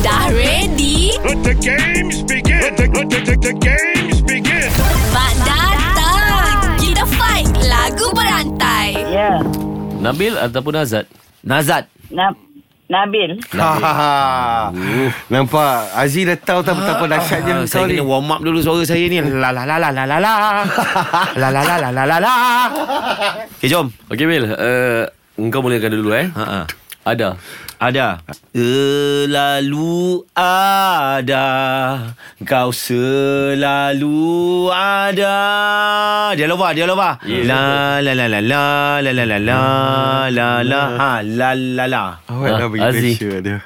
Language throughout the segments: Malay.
Dah ready? Let the games begin. Let the, let the, the, the games begin. Mak datang! Kita fight lagu berantai. Ya, Nabil ataupun Azad? Nazat Na- Nabil. Ha. Nampak Ah, Aziz dah tahu tak betapa Ah, dahsyatnya ha, saya kau ni. kena warm up dulu suara saya ni. La la la la la la la. La la la la la la la. Okey, jom. Okey Bil, uh, engkau mulakan dulu eh. Ha ah. Ada. Ada Selalu ada Kau selalu ada Dia lova, dia lova Yes. La la la la la La la la la La la ha, La la la Awak Ah, dah pergi Aziz. Malaysia dia.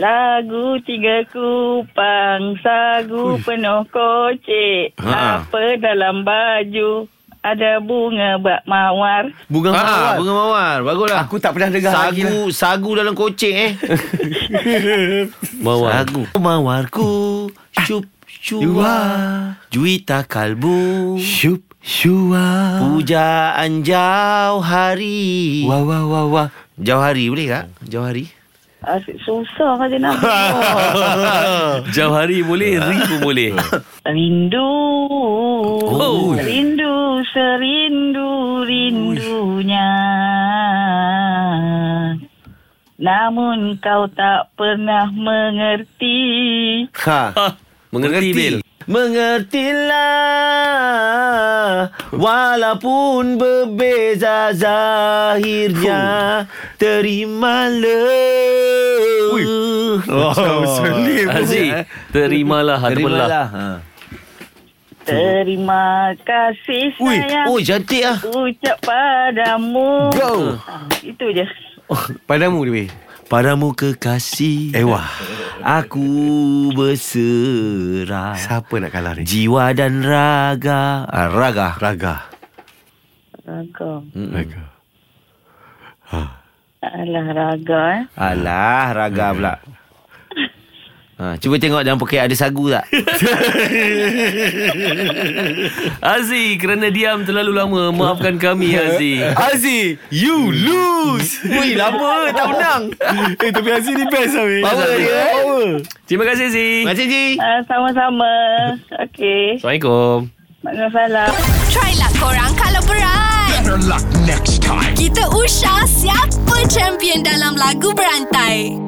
Lagu tiga kupang, sagu penuh kocek. Ha. Apa dalam baju, ada bunga bak mawar. Bunga Ah, mawar Bunga mawar Baguslah Aku tak pernah dengar Sagu lagi lah. Sagu dalam kocek eh Mawar. Sagu Mawarku Cup Cua Juita kalbu Syup syua. Pujaan jauh hari Wah wah wah wah. Jauh hari boleh tak? Jauh hari Asyik susah kata nak. Jauh hari boleh, ri pun boleh. Ah. Rindu. Rindu serindu rindunya. Namun kau tak pernah mengerti. Ha. Mengerti, Bil? Mengertilah Walaupun berbeza zahirnya Terimalah Ui. Oh. Macam Muslim. Aziz, terimalah ataupun lah. Terimalah ha. Terima kasih Ui, sayang. oh cantik ah. ucap padamu. Go. Ah, itu je. Padamu dia. weh. Padamu kekasih Eh wah. Aku berserah Siapa nak kalah ni? Jiwa dan raga ah, Raga Raga. Raga. Raga. Alah raga eh. Alah, raga pula. Ha, cuba tengok dalam poket ada sagu tak? Aziz, kerana diam terlalu lama, maafkan kami Aziz. Aziz, you lose. Ui, lama tak menang. eh tapi Aziz ni best lah weh. Power dia, eh? Power. Terima kasih Aziz. Terima kasih, Ji. Ah, sama-sama. Okey. Assalamualaikum. Masalah. Try lah korang kalau berat. Better luck next time. Kita usah siapa champion dalam lagu berantai.